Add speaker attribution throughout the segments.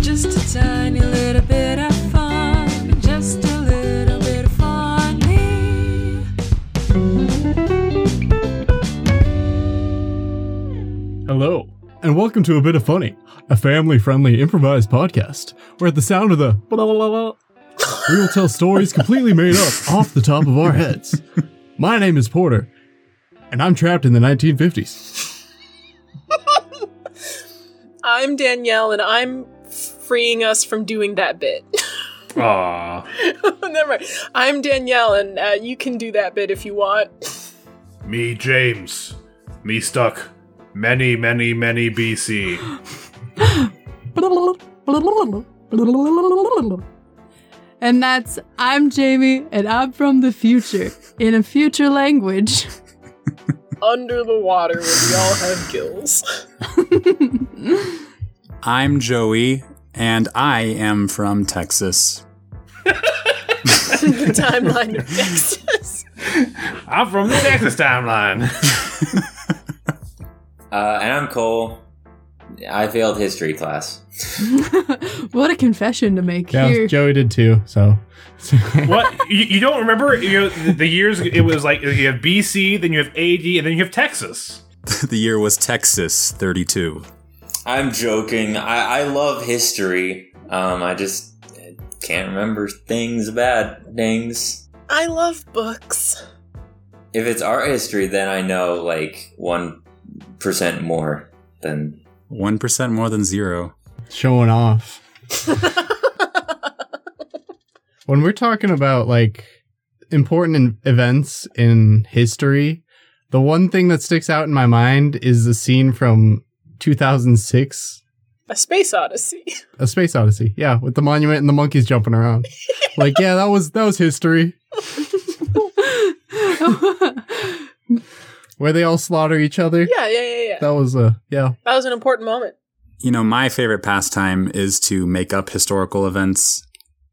Speaker 1: Just a tiny little bit of fun. Just a little bit funny.
Speaker 2: Hello, and welcome to A Bit of Funny, a family friendly improvised podcast where at the sound of the blah, blah, blah, blah, we will tell stories completely made up off the top of our heads. My name is Porter, and I'm trapped in the 1950s.
Speaker 3: I'm Danielle, and I'm freeing us from doing that bit.
Speaker 4: Aw.
Speaker 3: Never mind. I'm Danielle, and uh, you can do that bit if you want.
Speaker 4: Me, James. Me stuck. Many, many, many BC.
Speaker 5: And that's I'm Jamie and I'm from the future in a future language.
Speaker 3: Under the water, where we all have gills.
Speaker 6: I'm Joey, and I am from Texas.
Speaker 3: the timeline of Texas.
Speaker 4: I'm from the Texas timeline.
Speaker 7: Uh, and I'm Cole. I failed history class.
Speaker 5: what a confession to make
Speaker 2: Yeah,
Speaker 5: here.
Speaker 2: Joey did too, so.
Speaker 4: what? You, you don't remember you know, the, the years? It was like you have BC, then you have AD, and then you have Texas.
Speaker 6: the year was Texas 32.
Speaker 7: I'm joking. I, I love history. Um, I just can't remember things about things.
Speaker 3: I love books.
Speaker 7: If it's art history, then I know like 1% more than.
Speaker 6: 1% more than zero.
Speaker 2: showing off. when we're talking about like important in- events in history, the one thing that sticks out in my mind is the scene from 2006
Speaker 3: A space odyssey.
Speaker 2: A Space Odyssey. Yeah, with the monument and the monkeys jumping around. like, yeah, that was that was history where they all slaughter each other.
Speaker 3: Yeah, yeah, yeah, yeah.
Speaker 2: That was uh yeah.
Speaker 3: That was an important moment.
Speaker 6: You know, my favorite pastime is to make up historical events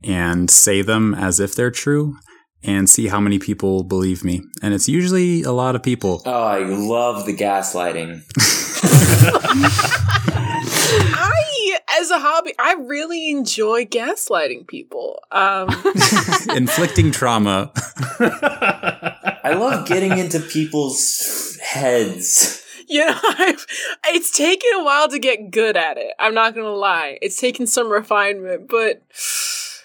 Speaker 6: and say them as if they're true and see how many people believe me. And it's usually a lot of people.
Speaker 7: Oh, I love the gaslighting.
Speaker 3: I, as a hobby, I really enjoy gaslighting people. Um,
Speaker 6: Inflicting trauma.
Speaker 7: I love getting into people's heads.
Speaker 3: you know, I've, it's taken a while to get good at it. I'm not gonna lie; it's taken some refinement, but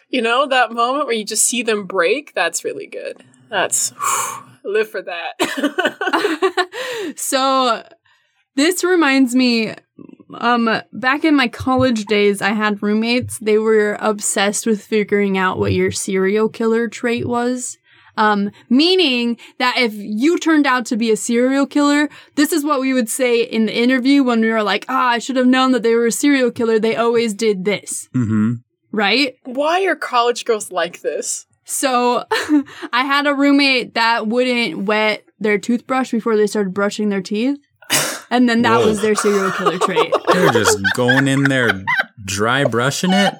Speaker 3: you know that moment where you just see them break—that's really good. That's live for that.
Speaker 5: so this reminds me um back in my college days I had roommates they were obsessed with figuring out what your serial killer trait was um meaning that if you turned out to be a serial killer this is what we would say in the interview when we were like ah I should have known that they were a serial killer they always did this
Speaker 6: hmm
Speaker 5: right
Speaker 3: Why are college girls like this?
Speaker 5: So I had a roommate that wouldn't wet their toothbrush before they started brushing their teeth. And then that
Speaker 6: Whoa.
Speaker 5: was their serial killer trait.
Speaker 6: They're just going in there dry brushing it.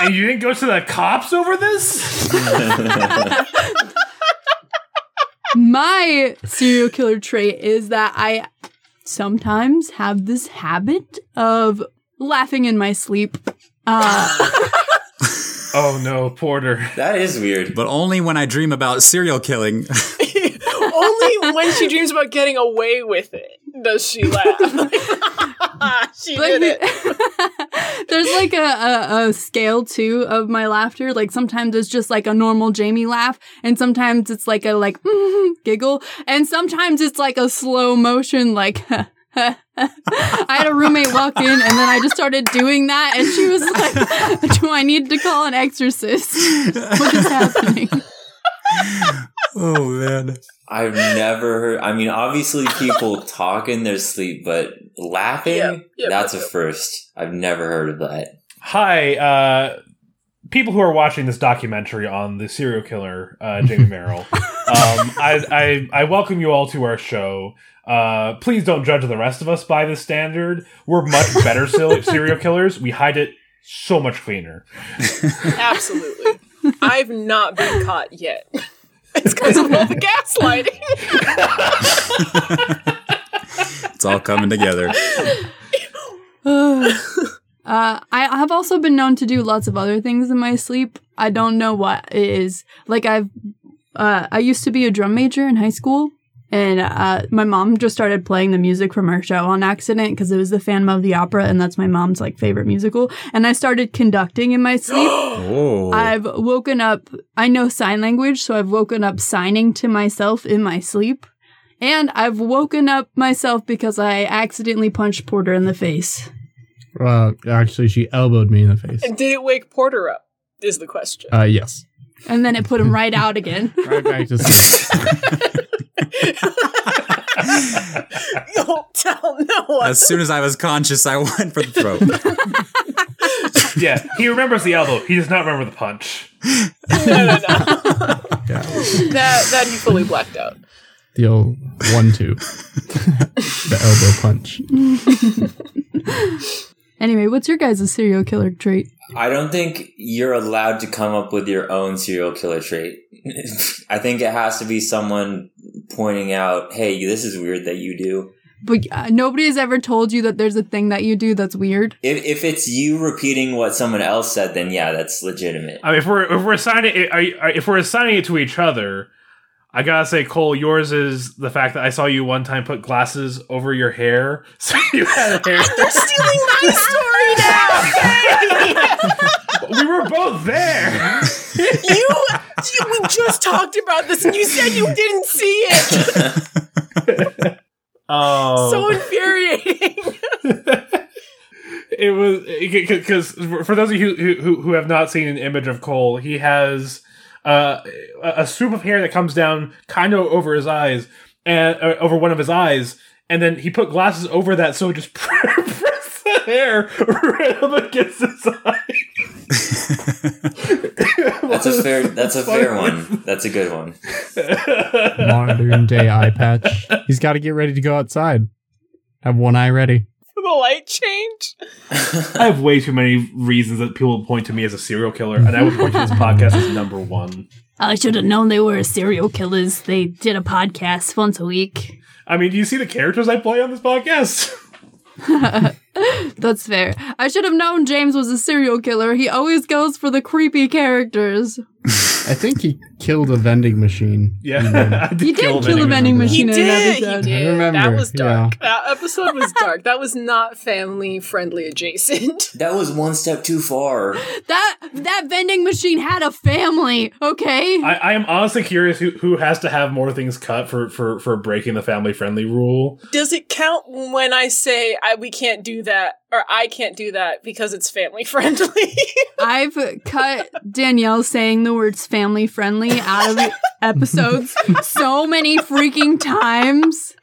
Speaker 4: And you didn't go to the cops over this?
Speaker 5: My serial killer trait is that I sometimes have this habit of laughing in my sleep. Uh,
Speaker 4: Oh no, Porter.
Speaker 7: That is weird.
Speaker 6: But only when I dream about serial killing.
Speaker 3: Only when she dreams about getting away with it does she laugh. she
Speaker 5: but
Speaker 3: did it.
Speaker 5: there's like a, a, a scale too of my laughter. Like sometimes it's just like a normal Jamie laugh, and sometimes it's like a like giggle, and sometimes it's like a slow motion like. I had a roommate walk in, and then I just started doing that, and she was like, "Do I need to call an exorcist? What is happening?"
Speaker 6: oh man.
Speaker 7: I've never heard. I mean, obviously people talk in their sleep, but laughing,
Speaker 3: Yep, yep,
Speaker 7: that's
Speaker 3: yep,
Speaker 7: a
Speaker 3: yep.
Speaker 7: first. I've never heard of that.
Speaker 4: Hi, uh, people who are watching this documentary on the serial killer uh, Jamie Merrill. um, I, I I welcome you all to our show. Uh, please don't judge the rest of us by this standard. We're much better se- serial killers. We hide it so much cleaner.
Speaker 3: Absolutely. I've not been caught yet. It's because of all the gaslighting.
Speaker 6: It's all coming together.
Speaker 5: Ugh. Uh, I have also been known to do lots of other things in my sleep. I don't know what it is. Like I've, uh, I used to be a drum major in high school, and uh, my mom just started playing the music from her show on accident because it was the Phantom of the Opera, and that's my mom's like favorite musical. And I started conducting in my sleep.
Speaker 6: Oh.
Speaker 5: I've woken up. I know sign language, so I've woken up signing to myself in my sleep. And I've woken up myself because I accidentally punched Porter in the face.
Speaker 2: Uh, actually, she elbowed me in the face.
Speaker 3: And did it wake Porter up? Is the question.
Speaker 2: Uh, yes.
Speaker 5: And then it put him right out again.
Speaker 2: Right back to
Speaker 3: Don't tell no one.
Speaker 6: as soon as I was conscious, I went for the throat.
Speaker 8: yeah, he remembers the elbow. He does not remember the punch.
Speaker 3: no, no, no.
Speaker 6: Yeah.
Speaker 3: that that he fully blacked out.
Speaker 2: the old one-two, the elbow punch.
Speaker 5: Anyway, what's your guys' serial killer trait?
Speaker 7: I don't think you're allowed to come up with your own serial killer trait. I think it has to be someone pointing out, hey, this is weird that you do.
Speaker 5: But uh, nobody has ever told you that there's a thing that you do that's weird.
Speaker 7: If, if it's you repeating what someone else said, then yeah, that's legitimate.
Speaker 8: I mean, if we're if we're assigning it, I, I- if we're assigning it to each other, I gotta say, Cole, yours is the fact that I saw you one time put glasses over your hair, so you had hair.
Speaker 3: They're stealing my story now.
Speaker 8: we were both there.
Speaker 3: Yay! You, you- we just talked about this, and you said you didn't see it.
Speaker 8: Oh,
Speaker 3: So infuriating.
Speaker 8: it was because for those of you who, who who have not seen an image of Cole, he has uh, a a swoop of hair that comes down kind of over his eyes and uh, over one of his eyes, and then he put glasses over that so it just pressed the hair right up against his eye.
Speaker 7: That's a fair. That's a fair one. That's a good one.
Speaker 2: Modern day eye patch. He's got to get ready to go outside. Have one eye ready.
Speaker 3: the light change.
Speaker 8: I have way too many reasons that people point to me as a serial killer, and I would point to this podcast as number one.
Speaker 5: I should have known they were serial killers. They did a podcast once a week.
Speaker 8: I mean, do you see the characters I play on this podcast?
Speaker 5: That's fair. I should have known James was a serial killer. He always goes for the creepy characters.
Speaker 2: I think he killed a vending machine.
Speaker 8: Yeah, I
Speaker 5: You did kill, the vending machine in an episode.
Speaker 2: I remember,
Speaker 3: That was dark.
Speaker 2: yeah.
Speaker 3: That episode was dark. That was not family friendly adjacent.
Speaker 7: That was one step too far.
Speaker 5: That that vending machine had a family, okay?
Speaker 8: I, I am honestly curious who, who has to have more things cut for, for, for breaking the family friendly rule.
Speaker 3: Does it count when I say I, we can't do that or I can't do that because it's family friendly?
Speaker 5: I've cut Danielle saying the words family friendly out of episodes so many freaking times.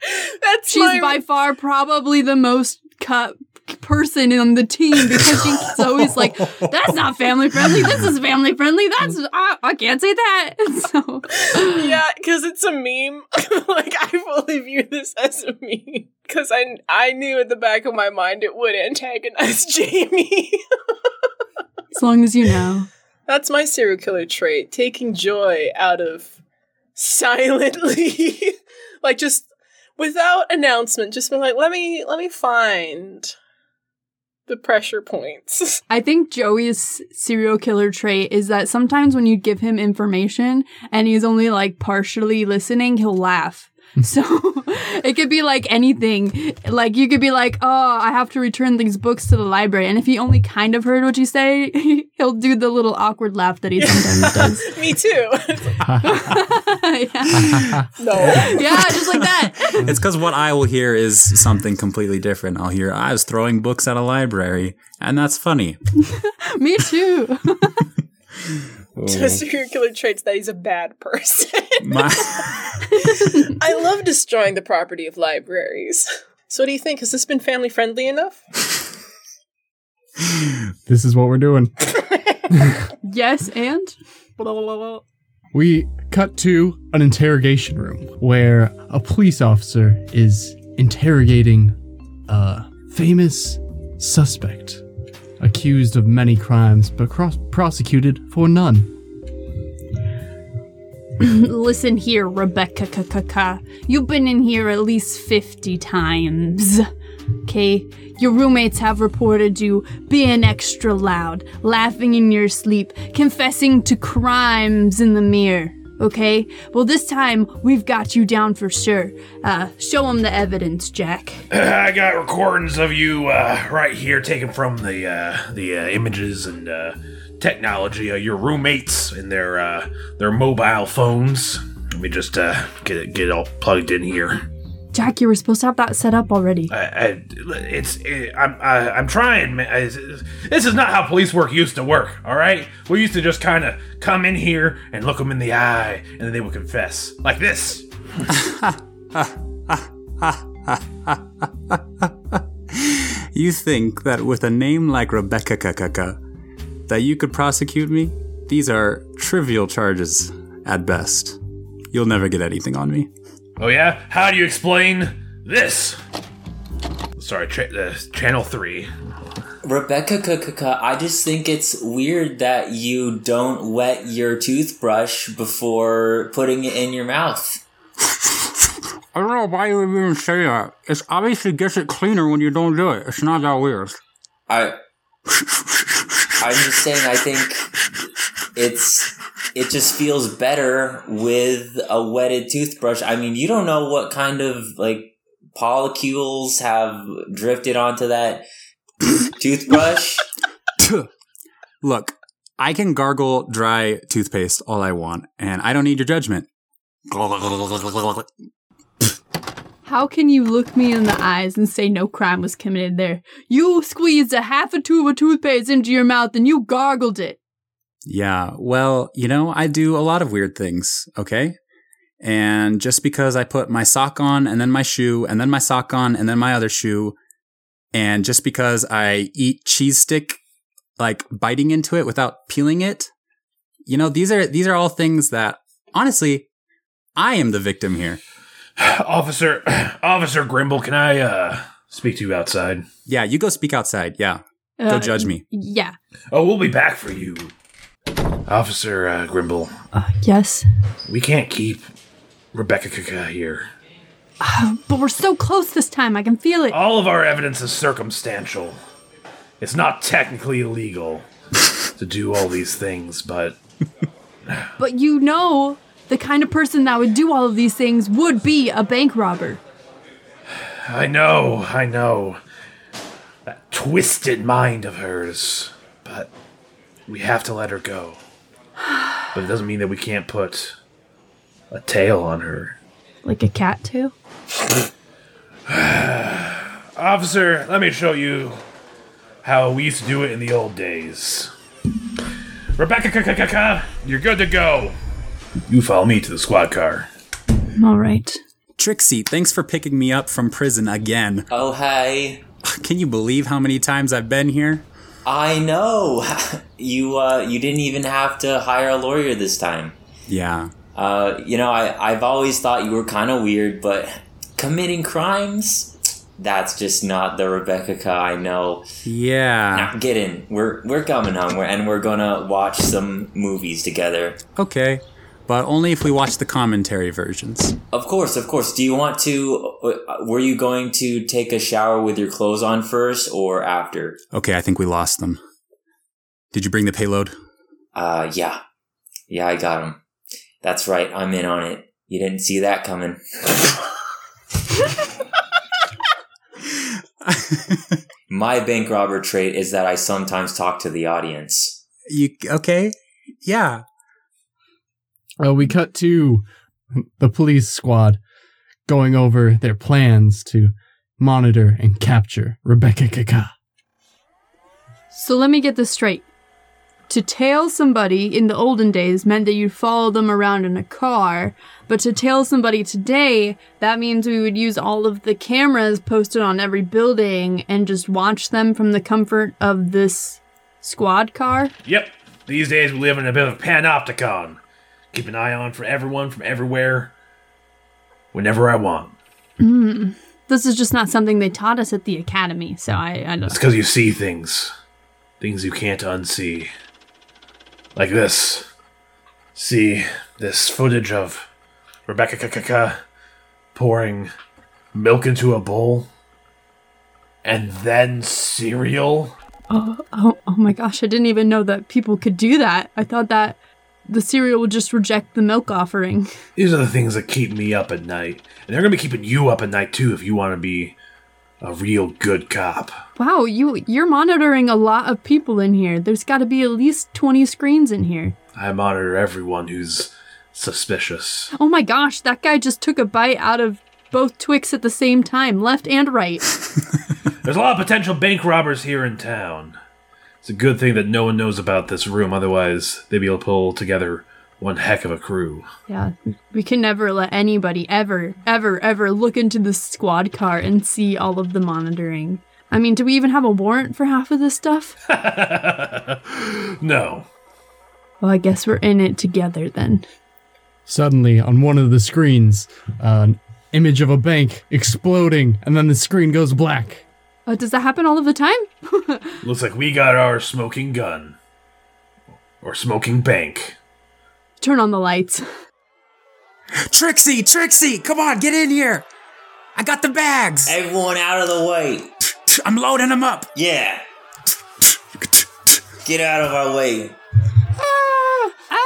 Speaker 3: That's
Speaker 5: She's
Speaker 3: my-
Speaker 5: by far probably the most cut person on the team because she's always like, that's not family friendly. This is family friendly. That's, I, I can't say that. So,
Speaker 3: yeah, because it's a meme. like I fully view this as a meme because I I knew at the back of my mind it would antagonize Jamie.
Speaker 5: as long as you know.
Speaker 3: That's my serial killer trait: taking joy out of silently, like just without announcement. Just been like, let me let me find the pressure points.
Speaker 5: I think Joey's serial killer trait is that sometimes when you give him information and he's only like partially listening, he'll laugh. So it could be like anything. Like you could be like, "Oh, I have to return these books to the library," and if he only kind of heard what you say, he'll do the little awkward laugh that he sometimes does.
Speaker 3: me too.
Speaker 5: yeah.
Speaker 3: no,
Speaker 5: yeah, just like that.
Speaker 6: It's because what I will hear is something completely different. I'll hear, I was throwing books at a library, and that's funny.
Speaker 5: Me too.
Speaker 3: the serial killer trait's that he's a bad person.
Speaker 6: My-
Speaker 3: I love destroying the property of libraries. So what do you think? Has this been family friendly enough?
Speaker 2: This is what we're doing.
Speaker 5: yes, and
Speaker 2: We cut to an interrogation room where a police officer is interrogating a famous suspect accused of many crimes but cross- prosecuted for none.
Speaker 5: Listen here, Rebecca Kakaka. You've been in here at least 50 times. Okay, your roommates have reported you being extra loud, laughing in your sleep, confessing to crimes in the mirror. Okay, well, this time we've got you down for sure. Uh, show them the evidence, Jack.
Speaker 8: I got recordings of you uh, right here, taken from the uh, the uh, images and uh, technology of your roommates and their uh, their mobile phones. Let me just uh, get it, get it all plugged in here.
Speaker 5: Jack, you were supposed to have that set up already.
Speaker 8: I, I it's it, I'm I, I'm trying. man. I, this is not how police work used to work. All right, we used to just kind of come in here and look them in the eye, and then they would confess like this.
Speaker 6: You think that with a name like Rebecca Kakaka, that you could prosecute me? These are trivial charges at best. You'll never get anything on me.
Speaker 8: Oh yeah, how do you explain this? Sorry, cha- uh, channel three.
Speaker 7: Rebecca Kukaka, I just think it's weird that you don't wet your toothbrush before putting it in your mouth.
Speaker 6: I don't know why you would even say that. It's obviously gets it cleaner when you don't do it. It's not that weird.
Speaker 7: I I'm just saying I think it's it just feels better with a wetted toothbrush. I mean, you don't know what kind of like polycules have drifted onto that toothbrush.
Speaker 6: Look, I can gargle dry toothpaste all I want, and I don't need your judgment.
Speaker 5: How can you look me in the eyes and say no crime was committed there? You squeezed a half a tube of toothpaste into your mouth and you gargled it.
Speaker 6: Yeah, well, you know, I do a lot of weird things, okay? And just because I put my sock on and then my shoe and then my sock on and then my other shoe, and just because I eat cheese stick, like biting into it without peeling it, you know, these are these are all things that honestly, I am the victim here.
Speaker 8: Officer Officer Grimble, can I uh speak to you outside?
Speaker 6: Yeah, you go speak outside. Yeah, go
Speaker 5: Uh,
Speaker 6: judge me.
Speaker 5: Yeah.
Speaker 8: Oh, we'll be back for you. Officer uh, Grimble,
Speaker 5: Yes.
Speaker 8: we can't keep Rebecca Kaka here.
Speaker 5: But we're so close this time. I can feel it.
Speaker 8: All of our evidence is circumstantial. It's not technically illegal to do all these things, but
Speaker 5: But you know, the kind of person that would do all of these things would be a bank robber.
Speaker 8: I know, I know. That twisted mind of hers. But we have to let her go. But it doesn't mean that we can't put a tail on her.
Speaker 5: Like a cat tail?
Speaker 8: Officer, let me show you how we used to do it in the old days. Rebecca, ca- ca- ca- ca, you're good to go. You follow me to the squad car.
Speaker 5: All right.
Speaker 6: Trixie, thanks for picking me up from prison again.
Speaker 7: oh hey.
Speaker 6: Can you believe how many times I've been here?
Speaker 7: I know. you uh you didn't even have to hire a lawyer this time.
Speaker 6: Yeah.
Speaker 7: Uh, you know, I, I've always thought you were kind of weird, but committing crimes? That's just not the Rebecca Ka I know.
Speaker 6: Yeah.
Speaker 7: Now, get in. We're we're coming home, we're, and we're gonna watch some movies together.
Speaker 6: Okay. But only if we watch the commentary versions.
Speaker 7: Of course, of course. Do you want to? uh, Were you going to take a shower with your clothes on first or after?
Speaker 6: Okay, I think we lost them. Did you bring the payload?
Speaker 7: Uh, yeah, yeah, I got him. That's right. I'm in on it. You didn't see that coming. My bank robber trait is that I sometimes talk to the audience.
Speaker 6: you okay? Yeah.
Speaker 2: Uh, we cut to the police squad going over their plans to monitor and capture Rebecca Kaka.
Speaker 5: So let me get this straight. To tail somebody in the olden days meant that you'd follow them around in a car, but to tail somebody today, that means we would use all of the cameras posted on every building and just watch them from the comfort of this squad car.
Speaker 8: Yep, these days we live in a bit of a panopticon. Keep an eye on for everyone from everywhere, whenever I want.
Speaker 5: This is just not something they taught us at the academy, so I, I don't.
Speaker 8: It's because you see things. Things you can't unsee. Like this. See this footage of Rebecca Kakaka pouring milk into a bowl? and then cereal.
Speaker 5: Oh, oh, oh my gosh, I didn't even know that people could do that. I thought that the cereal would just reject the milk offering.
Speaker 8: These are the things that keep me up at night, and they're gonna be keeping you up at night too if you want to be a real good cop.
Speaker 5: Wow, you you're monitoring a lot of people in here. There's got to be at least 20 screens in here.
Speaker 8: I monitor everyone who's suspicious.
Speaker 5: Oh my gosh, that guy just took a bite out of both Twix at the same time, left and right.
Speaker 8: There's a lot of potential bank robbers here in town. It's a good thing that no one knows about this room, otherwise, they'd be able to pull together one heck of a crew.
Speaker 5: yeah, we can never let anybody ever ever ever look into the squad car and see all of the monitoring. I mean, do we even have a warrant for half of this stuff?
Speaker 8: No.
Speaker 5: Well, I guess we're in it together then.
Speaker 2: Suddenly, on one of the screens, an image of a bank exploding, and then the screen goes black.
Speaker 5: Uh, does that happen all of the time?
Speaker 8: Looks like we got our smoking gun. Or smoking bank.
Speaker 5: Turn on the lights.
Speaker 6: Trixie, Trixie, come on, get in here. I got the bags.
Speaker 7: Everyone out of the way.
Speaker 6: I'm loading them up.
Speaker 7: Yeah. Get out of our way.
Speaker 5: Ah, ah,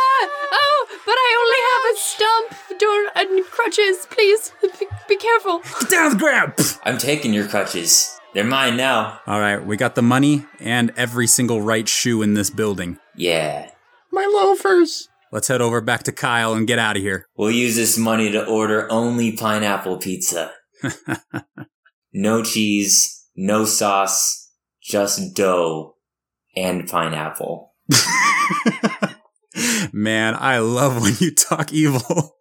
Speaker 5: oh, but I only have a stump, door, and crutches. Please, be, be careful.
Speaker 6: Get down on the ground.
Speaker 7: I'm taking your crutches. They're mine now.
Speaker 6: All right, we got the money and every single right shoe in this building.
Speaker 7: Yeah.
Speaker 2: My loafers!
Speaker 6: Let's head over back to Kyle and get out of here.
Speaker 7: We'll use this money to order only pineapple pizza. no cheese, no sauce, just dough and pineapple.
Speaker 6: Man, I love when you talk evil.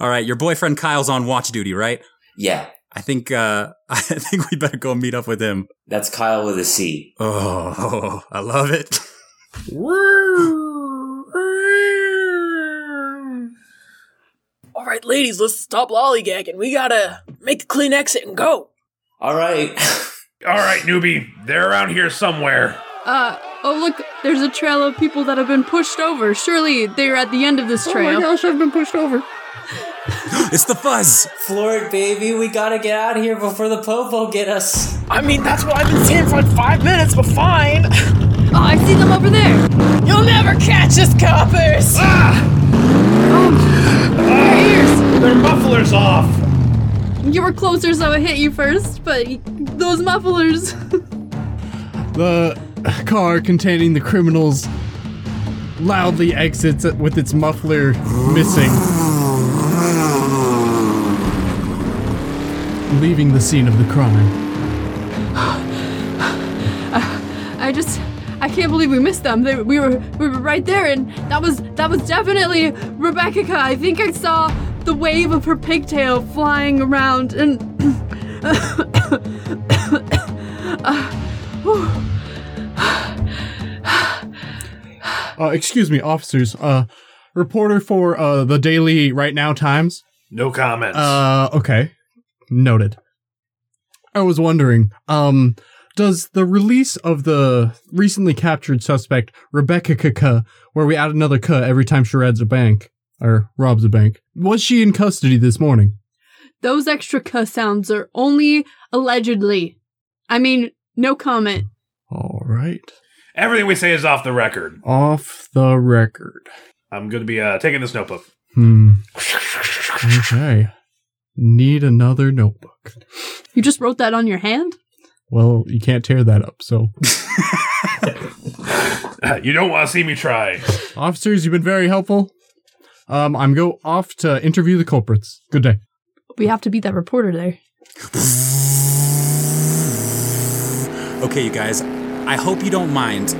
Speaker 6: All right, your boyfriend Kyle's on watch duty, right?
Speaker 7: Yeah,
Speaker 6: I think uh I think we better go meet up with him.
Speaker 7: that's Kyle with a C.
Speaker 6: Oh, I love it.
Speaker 3: All right, ladies, let's stop lollygagging. We gotta make a clean exit and go.
Speaker 7: All right.
Speaker 8: All right, newbie, they're around here somewhere.
Speaker 5: Uh, oh look, there's a trail of people that have been pushed over. Surely they're at the end of this trail.
Speaker 2: Oh I've been pushed over.
Speaker 6: It's the fuzz.
Speaker 7: Floor it, baby. We gotta get out of here before the popo get us.
Speaker 3: I mean, that's what I've been saying for like five minutes, but fine.
Speaker 5: oh, I see them over there.
Speaker 3: You'll never catch us, coppers.
Speaker 8: Their muffler's off.
Speaker 5: You were closer, so I hit you first. But y- those mufflers.
Speaker 2: The car containing the criminals loudly exits it with its muffler missing, leaving the scene of the crime.
Speaker 5: I just, I can't believe we missed them. They, we were, we were right there, and that was, that was definitely Rebecca. I think I saw the wave of her pigtail flying around, and. Uh, whew.
Speaker 2: Uh, excuse me, officers. Uh, reporter for uh, the Daily Right Now Times.
Speaker 8: No comments.
Speaker 2: Uh, okay. Noted. I was wondering, um, does the release of the recently captured suspect, Rebecca Kaka, where we add another K every time she raids a bank, or robs a bank, was she in custody this morning?
Speaker 5: Those extra "k" sounds are only allegedly. I mean, no comment.
Speaker 2: All right.
Speaker 8: Everything we say is off the record.
Speaker 2: Off the record.
Speaker 8: I'm going to be uh, taking this notebook.
Speaker 2: Hmm. Okay. Need another notebook.
Speaker 5: You just wrote that on your hand?
Speaker 2: Well, you can't tear that up, so.
Speaker 8: You don't want to see me try.
Speaker 2: Officers, you've been very helpful. Um, I'm go off to interview the culprits. Good day.
Speaker 5: We have to beat that reporter there.
Speaker 6: Okay, you guys, I hope you don't mind,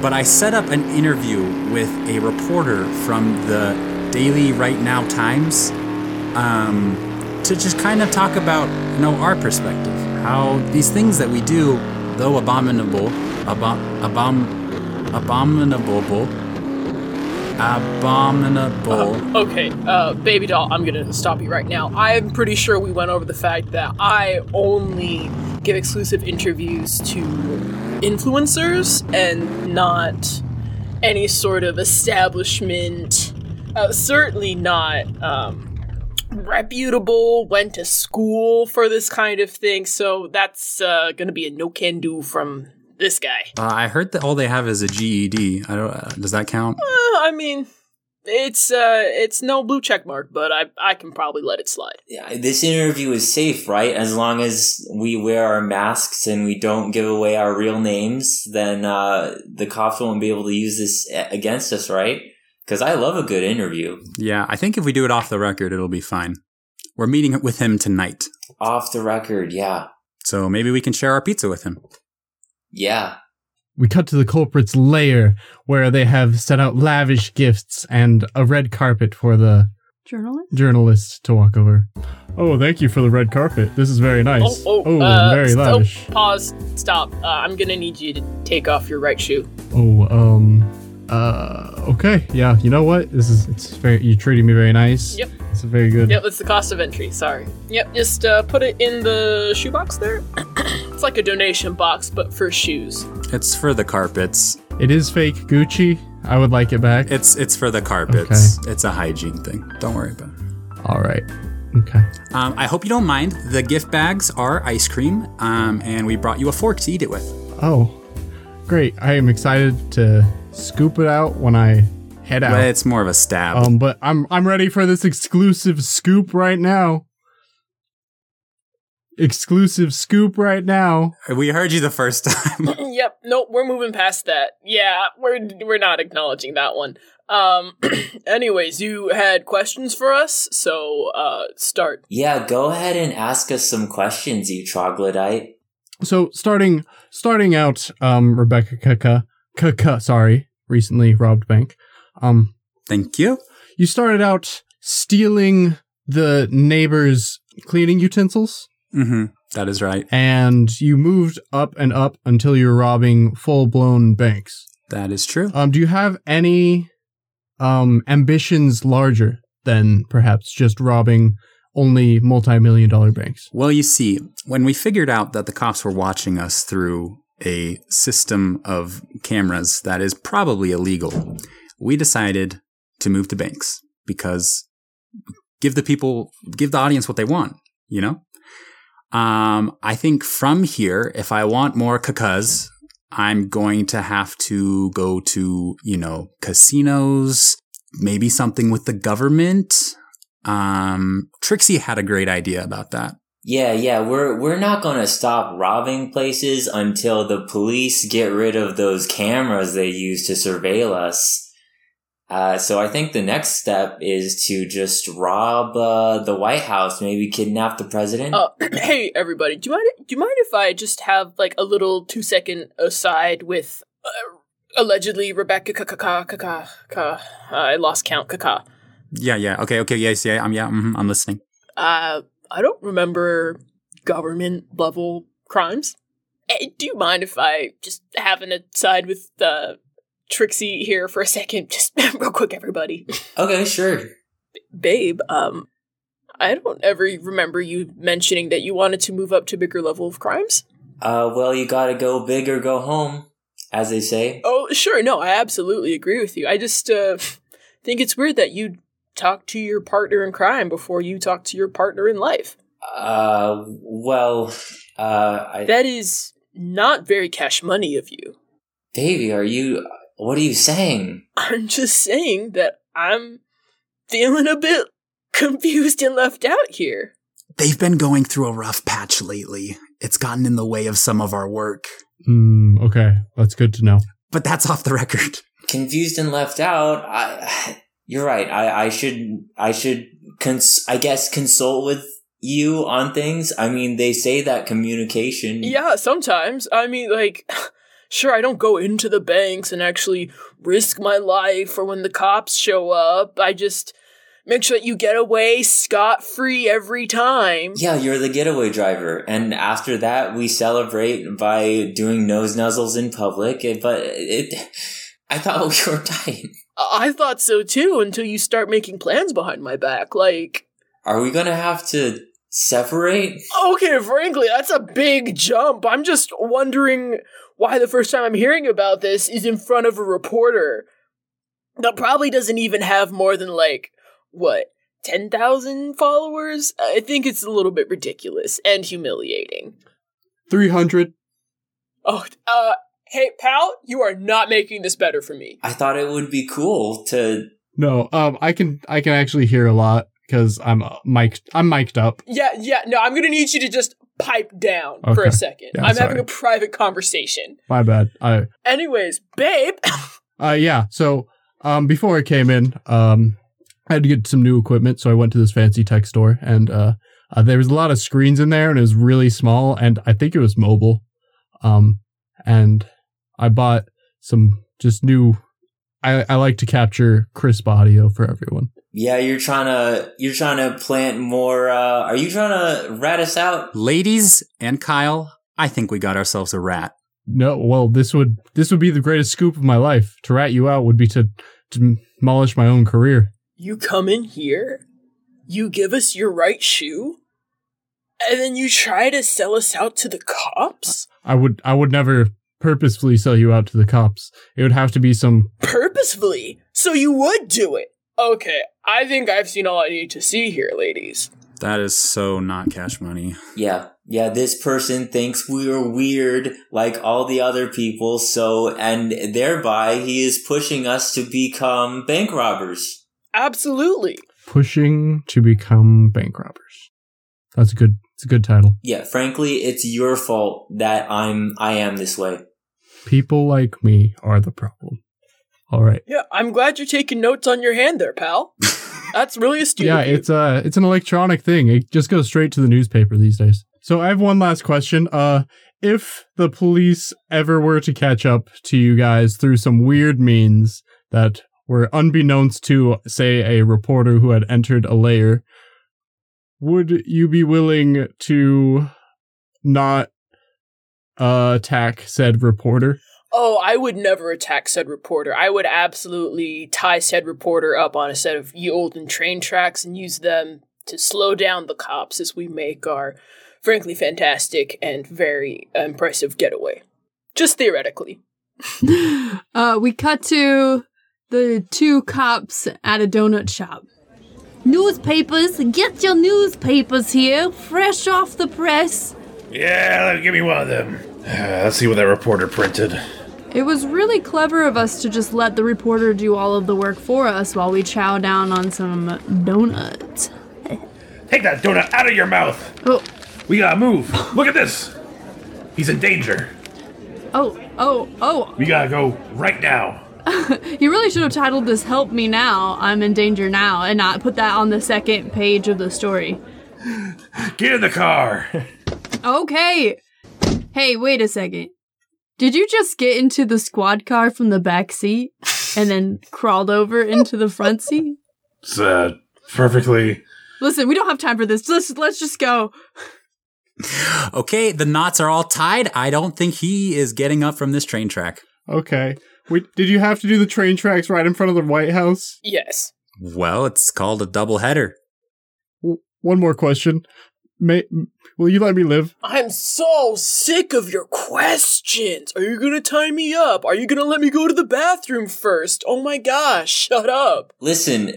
Speaker 6: but I set up an interview with a reporter from the Daily Right Now Times um, to just kind of talk about, you know, our perspective, how these things that we do, though abominable, abom, abom, abominable, abominable.
Speaker 3: Okay, uh, baby doll, I'm gonna stop you right now. I'm pretty sure we went over the fact that I only give exclusive interviews to influencers and not any sort of establishment. Uh, certainly not um, reputable, went to school for this kind of thing, so that's uh, going to be a no can do from this guy.
Speaker 6: Uh, I heard that all they have is a GED. I don't. Uh, does that count?
Speaker 3: Uh, I mean, it's uh, it's no blue check mark, but I I can probably let it slide.
Speaker 7: Yeah, this interview is safe, right? As long as we wear our masks and we don't give away our real names, then uh, the cops won't be able to use this a- against us, right? Because I love a good interview.
Speaker 6: Yeah, I think if we do it off the record, it'll be fine. We're meeting with him tonight,
Speaker 7: Off the record, yeah.
Speaker 6: so maybe we can share our pizza with him.
Speaker 7: Yeah.
Speaker 2: We cut to the culprit's lair, where they have set out lavish gifts and a red carpet for the
Speaker 5: Journalist?
Speaker 2: journalist to walk over. Oh, thank you for the red carpet. This is very nice.
Speaker 3: Oh, oh,
Speaker 2: and
Speaker 3: uh,
Speaker 2: very
Speaker 3: stop,
Speaker 2: lavish.
Speaker 3: pause, stop. Uh, I'm going to need you to take off your right shoe.
Speaker 2: Oh, um, uh, okay, yeah. You know what? This is it's very. You're treating me very nice.
Speaker 3: Yep.
Speaker 2: It's a very good.
Speaker 3: Yep, that's the cost of entry. Sorry. Yep, just uh, put it in the shoebox there. it's like a donation box, but for shoes.
Speaker 6: It's for the carpets.
Speaker 2: It is fake Gucci. I would like it back.
Speaker 6: It's it's for the carpets. It's a hygiene thing. Don't worry about it.
Speaker 2: All right. Okay.
Speaker 6: Um, I hope you don't mind. The gift bags are ice cream, um, and we brought you a fork to eat it with.
Speaker 2: Oh, great. I am excited to scoop it out when I head out.
Speaker 6: But it's more of a stab.
Speaker 2: Um, but I'm I'm ready for this exclusive scoop right now. Exclusive scoop right now.
Speaker 6: we heard you the first time.
Speaker 3: yep, nope, we're moving past that. Yeah, we're we're not acknowledging that one. Um anyways, you had questions for us, so uh start.
Speaker 7: Yeah, go ahead and ask us some questions, you troglodyte.
Speaker 2: So starting starting out, um, Rebecca Kaka Kaka, sorry, recently robbed bank. Um,
Speaker 6: Thank you.
Speaker 2: you started out stealing the neighbor's cleaning utensils,
Speaker 6: Mm-hmm. That is right.
Speaker 2: and you moved up and up until you're robbing full blown banks.
Speaker 6: That is true.
Speaker 2: Um, do you have any um ambitions larger than perhaps just robbing only multi-million dollar banks?
Speaker 6: Well, you see, when we figured out that the cops were watching us through a system of cameras that is probably illegal, we decided to move to banks because give the people, give the audience what they want, you know? Um, I think from here, if I want more kakas, I'm going to have to go to, you know, casinos, maybe something with the government. Um, Trixie had a great idea about that.
Speaker 7: Yeah, yeah, we're we're not going to stop robbing places until the police get rid of those cameras they use to surveil us. Uh, so I think the next step is to just rob uh, the White House, maybe kidnap the president.
Speaker 3: Uh hey everybody, do you mind do you mind if I just have like a little 2 second aside with uh, allegedly Rebecca Kaka Kaka Kaka. I lost count Kaka.
Speaker 6: Yeah, yeah. Okay, okay. Yes, yeah. I'm yeah. mhm, I'm listening.
Speaker 3: Uh, I don't remember government level crimes. Eh, do you mind if I just have an aside with uh, Trixie here for a second? Just real quick, everybody.
Speaker 7: okay, sure.
Speaker 3: Babe, um, I don't ever remember you mentioning that you wanted to move up to bigger level of crimes.
Speaker 7: Uh, well, you gotta go big or go home, as they say.
Speaker 3: Oh, sure. No, I absolutely agree with you. I just uh, think it's weird that you talk to your partner in crime before you talk to your partner in life.
Speaker 7: Uh, well, uh, I,
Speaker 3: That is not very cash money of you.
Speaker 7: baby, are you? What are you saying?
Speaker 3: I'm just saying that I'm feeling a bit confused and left out here.
Speaker 6: They've been going through a rough patch lately. It's gotten in the way of some of our work.
Speaker 2: Hmm. okay, that's good to know.
Speaker 6: But that's off the record.
Speaker 7: Confused and left out. I, you're right. I, I should, I should, cons- I guess, consult with you on things. I mean, they say that communication.
Speaker 3: Yeah, sometimes. I mean, like, sure, I don't go into the banks and actually risk my life for when the cops show up. I just make sure that you get away scot free every time.
Speaker 7: Yeah, you're the getaway driver, and after that, we celebrate by doing nose nuzzles in public. But it, I thought we were dying.
Speaker 3: I-, I thought so too until you start making plans behind my back. Like,
Speaker 7: Are we gonna have to separate?
Speaker 3: Okay, frankly, that's a big jump. I'm just wondering why the first time I'm hearing about this is in front of a reporter that probably doesn't even have more than like what 10,000 followers, I think it's a little bit ridiculous and humiliating.
Speaker 2: 300.
Speaker 3: Oh, uh, hey, pal, you are not making this better for me.
Speaker 7: I thought it would be cool to.
Speaker 2: No, um, I can I can actually hear a lot because I'm uh, mic'd I'm mic'd up.
Speaker 3: Yeah, yeah, no, I'm gonna need you to just pipe down for
Speaker 2: Okay.
Speaker 3: a second.
Speaker 2: Yeah,
Speaker 3: I'm
Speaker 2: sorry.
Speaker 3: having a private conversation.
Speaker 2: My bad. I
Speaker 3: Anyways, babe,
Speaker 2: Uh, yeah. So, um, before I came in, um, I had to get some new equipment, so I went to this fancy tech store, and uh, uh, there was a lot of screens in there, and it was really small, and I think it was mobile. Um, and I bought some just new. I, I like to capture crisp audio for everyone.
Speaker 7: Yeah, you're trying to you're trying to plant more. Uh, are you trying to rat us out?
Speaker 6: Ladies and Kyle, I think we got ourselves a rat.
Speaker 2: No, well, this would this would be the greatest scoop of my life. To rat you out would be to, to demolish my own career.
Speaker 3: you come in here, you give us your right shoe, and then you try to sell us out to the cops?
Speaker 2: I would I would never purposefully sell you out to the cops. It would have to be some
Speaker 3: Purposefully, so you would do it. Okay, I think I've seen all I need to see here, ladies.
Speaker 6: That is so not cash money.
Speaker 7: Yeah, yeah. This person thinks we are weird, like all the other people. So, and thereby he is pushing us to become bank robbers.
Speaker 3: Absolutely.
Speaker 2: pushing to become bank robbers. That's a good. It's a good title.
Speaker 7: Yeah, frankly, it's your fault that I'm I am this way.
Speaker 2: People like me are the problem. All right.
Speaker 3: Yeah, I'm glad you're taking notes on your hand there, pal. That's really astute.
Speaker 2: yeah,
Speaker 3: of you.
Speaker 2: it's uh it's an electronic thing. It just goes straight to the newspaper these days. So I have one last question. Uh, if the police ever were to catch up to you guys through some weird means that were unbeknownst to, say, a reporter who had entered a layer, would you be willing to not uh, attack said reporter?
Speaker 3: Oh, I would never attack said reporter. I would absolutely tie said reporter up on a set of ye olden train tracks and use them to slow down the cops as we make our frankly fantastic and very impressive getaway. Just theoretically.
Speaker 5: Uh, we cut to the two cops at a donut shop. Newspapers, get your newspapers here, fresh off the press.
Speaker 8: Yeah, let- give me one of them. Uh, let's see what that reporter printed.
Speaker 5: It was really clever of us to just let the reporter do all of the work for us while we chow down on some donuts.
Speaker 8: Take that donut out of your mouth.
Speaker 5: Oh,
Speaker 8: We gotta move. Look at this. He's in danger.
Speaker 5: oh, oh, oh.
Speaker 8: We gotta go right now.
Speaker 5: You really should have titled this Help Me Now, I'm in Danger Now, and not put that on the second page of the story.
Speaker 8: Get in the car.
Speaker 5: Okay. Hey, wait a second. Did you just get into the squad car from the back seat and then crawled over into the front seat?
Speaker 8: It's uh, perfectly.
Speaker 5: Listen, we don't have time for this. Let's let's just go.
Speaker 6: Okay, the knots are all tied. I don't think he is getting up from this train track.
Speaker 2: Okay. Wait, did you have to do the train tracks right in front of the White House?
Speaker 3: Yes.
Speaker 6: Well, it's called a double header.
Speaker 2: W- one more question. May m- will you let me live?
Speaker 3: I'm so sick of your questions. Are you gonna tie me up? Are you gonna let me go to the bathroom first? Oh my gosh, shut up.
Speaker 7: Listen,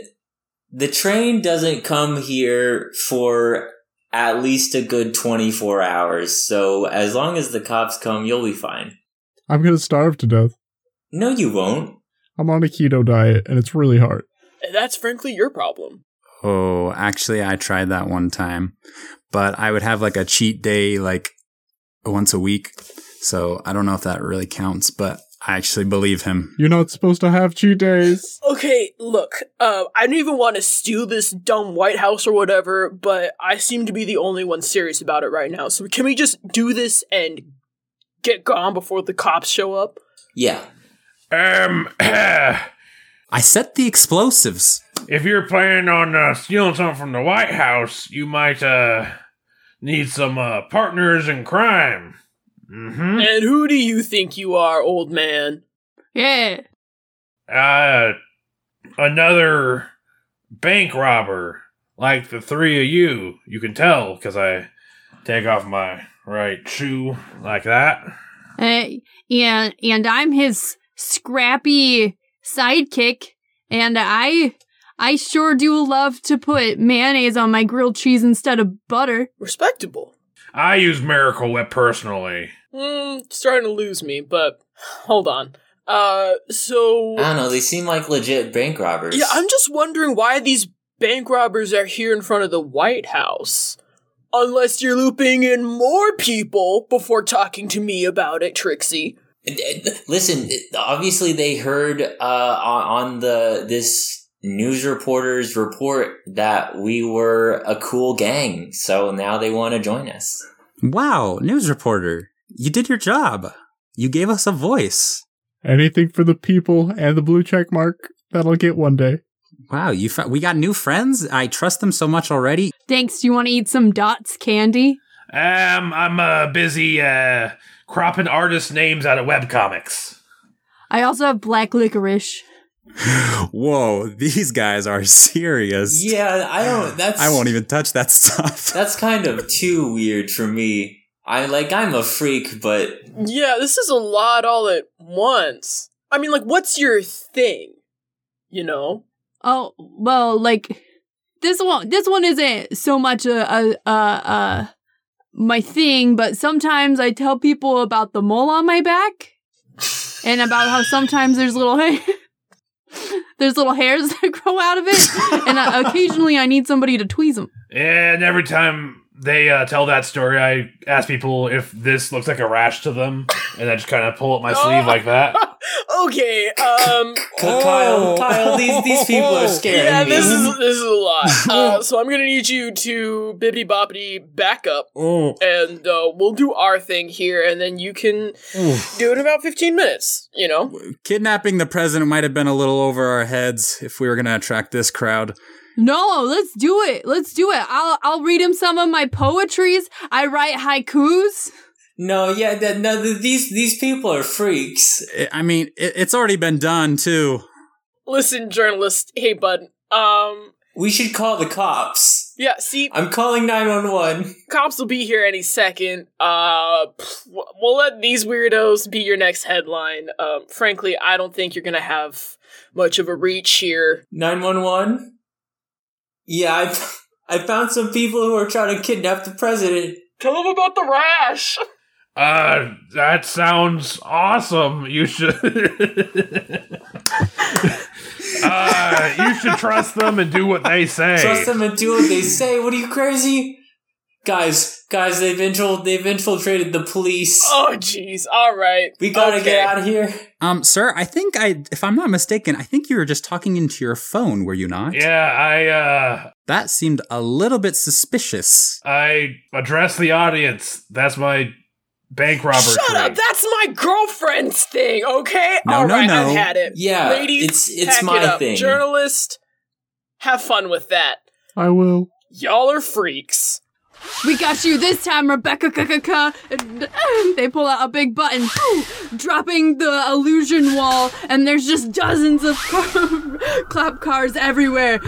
Speaker 7: the train doesn't come here for at least a good 24 hours. So as long as the cops come, you'll be fine.
Speaker 2: I'm gonna starve to death.
Speaker 7: No, you won't.
Speaker 2: I'm on a keto diet and it's really hard.
Speaker 3: That's frankly your problem.
Speaker 6: Oh, actually, I tried that one time, but I would have like a cheat day like once a week. So I don't know if that really counts, but I actually believe him.
Speaker 2: You're not supposed to have cheat days.
Speaker 3: Okay, look, uh, I don't even want to steal this dumb White House or whatever, but I seem to be the only one serious about it right now. So can we just do this and get gone before the cops show up?
Speaker 7: Yeah.
Speaker 8: Um, if
Speaker 6: I set the explosives.
Speaker 8: you're planning on uh, stealing something from the White House, you might uh need some uh, partners in crime. Mm-hmm.
Speaker 3: And who do you think you are, old man?
Speaker 5: Yeah.
Speaker 8: Uh, another bank robber, like the three of you. You can tell because I take off my right shoe like that.
Speaker 5: Uh, and and I'm his scrappy sidekick, and I I sure do love to put mayonnaise on my grilled cheese instead of butter.
Speaker 3: Respectable.
Speaker 8: I use Miracle Whip personally.
Speaker 3: Mm, starting to lose me, but hold on. Uh, so
Speaker 7: I don't know. They seem like legit bank robbers.
Speaker 3: yeah, I'm just wondering why these bank robbers are here in front of the White House. Unless you're looping in more people before talking to me about it, Trixie.
Speaker 7: And, uh, Listen, obviously they heard uh, on on the this news reporter's report that we were a cool gang, so now they want to join us.
Speaker 6: Wow, news reporter, you did your job. You gave us a voice.
Speaker 2: Anything for the people and the blue check mark that I'll get one day.
Speaker 6: Wow, you fo- we got new friends. I trust them so much already.
Speaker 5: Thanks. Do you want to eat some dots candy?
Speaker 8: Um, I'm uh, busy uh, cropping artist names out of webcomics.
Speaker 5: I also have black licorice.
Speaker 6: Whoa, these guys are serious.
Speaker 7: Yeah, I don't. That's
Speaker 6: I won't even touch that stuff.
Speaker 7: That's kind of too weird for me. I like I'm a freak, but
Speaker 3: Yeah, this is a lot all at once. I mean, like, what's your thing? You know?
Speaker 5: Oh well, like this one. This one isn't so much a a a, a my thing, but sometimes I tell people about the mole on my back, and about how sometimes there's little hair. There's little hairs that grow out of it, and uh, occasionally I need somebody to tweeze them.
Speaker 8: And every time they uh, tell that story, I ask people if this looks like a rash to them, and I just kind of pull up my sleeve like that.
Speaker 3: Okay, um,
Speaker 7: K- Kyle, Kyle, these these people are scaring
Speaker 3: yeah,
Speaker 7: me.
Speaker 3: this is this is a lot. Uh, so I'm gonna need you to bibbity boppity back up,
Speaker 6: Oh,
Speaker 3: and uh, we'll do our thing here, and then you can do it in about 15 minutes. You know,
Speaker 6: kidnapping the president might have been a little over our heads if we were going to attract this crowd.
Speaker 5: No, let's do it. Let's do it. I'll I'll read him some of my poetries. I write haikus.
Speaker 7: no, yeah, that, no, th- these these people are freaks.
Speaker 6: I- I mean, it, it's already been done too.
Speaker 3: listen, journalist. Hey, bud. Um,
Speaker 7: We should call the cops.
Speaker 3: yeah. See,
Speaker 7: I'm calling nine one one.
Speaker 3: cops will be here any second. Uh, pff, we'll let these weirdos be your next headline. Um, frankly, I don't think you're gonna have much of a reach here.
Speaker 7: Nine one one. Yeah, I I found some people who are trying to kidnap the president.
Speaker 3: Tell them about the rash.
Speaker 8: Uh, that sounds awesome. You should. uh, you should trust them and do what they say.
Speaker 7: Trust them and do what they say. What are you crazy? Guys, guys, they've infil- they've infiltrated the police.
Speaker 3: Oh, jeez. All right.
Speaker 7: We gotta
Speaker 3: Okay.
Speaker 7: get out of here.
Speaker 6: Um, sir, I think I, if I'm not mistaken, I think you were just talking into your phone, were you not?
Speaker 8: Yeah,
Speaker 6: That seemed a little bit suspicious.
Speaker 8: I uh, I address the audience. That's my bank robber.
Speaker 3: Shut up!
Speaker 8: thing.
Speaker 3: That's my girlfriend's thing. Okay,
Speaker 6: No,
Speaker 3: all
Speaker 6: no,
Speaker 3: right,
Speaker 6: no.
Speaker 3: I've had it.
Speaker 7: Yeah,
Speaker 3: ladies,
Speaker 7: it's- it's
Speaker 3: pack
Speaker 7: my
Speaker 3: it up.
Speaker 7: thing.
Speaker 3: Journalist, have fun with that.
Speaker 2: I will.
Speaker 3: Y'all are freaks.
Speaker 5: We got you this time, Rebecca. K-k-k. And um, They pull out a big button, dropping the illusion wall, and there's just dozens of clap cars everywhere.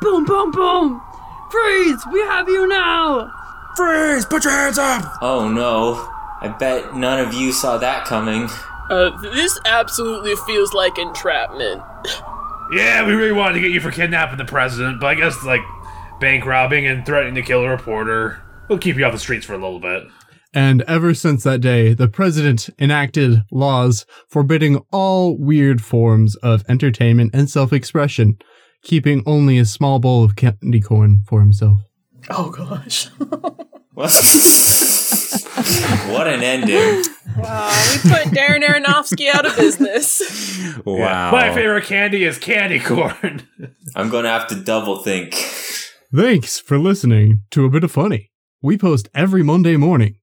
Speaker 5: Boom, boom, boom. Freeze! We have you now.
Speaker 6: Freeze! Put your hands up!
Speaker 7: Oh no. I bet none of you saw that coming.
Speaker 3: Uh, this absolutely feels like entrapment.
Speaker 8: Yeah, we really wanted to get you for kidnapping the president, but I guess like bank robbing and threatening to kill a reporter. We'll keep you off the streets for a little bit.
Speaker 2: And ever since that day, the president enacted laws forbidding all weird forms of entertainment and self expression, keeping only a small bowl of candy corn for himself.
Speaker 3: Oh gosh.
Speaker 7: what an ending.
Speaker 3: Uh, we put Darren Aronofsky out of business.
Speaker 6: Wow.
Speaker 8: My favorite candy is candy corn.
Speaker 7: I'm gonna have to double think.
Speaker 2: Thanks for listening to A Bit of Funny. We post every Monday morning.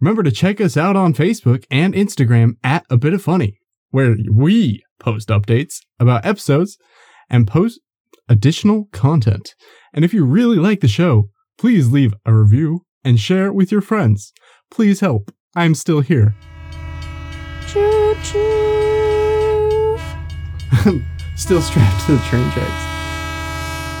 Speaker 2: Remember to check us out on Facebook and Instagram at A Bit of Funny, where we post updates about episodes and post additional content. And if you really like the show, please leave a review and share it with your friends. Please help. I'm still here.
Speaker 5: Choo choo.
Speaker 2: Still strapped to the train tracks.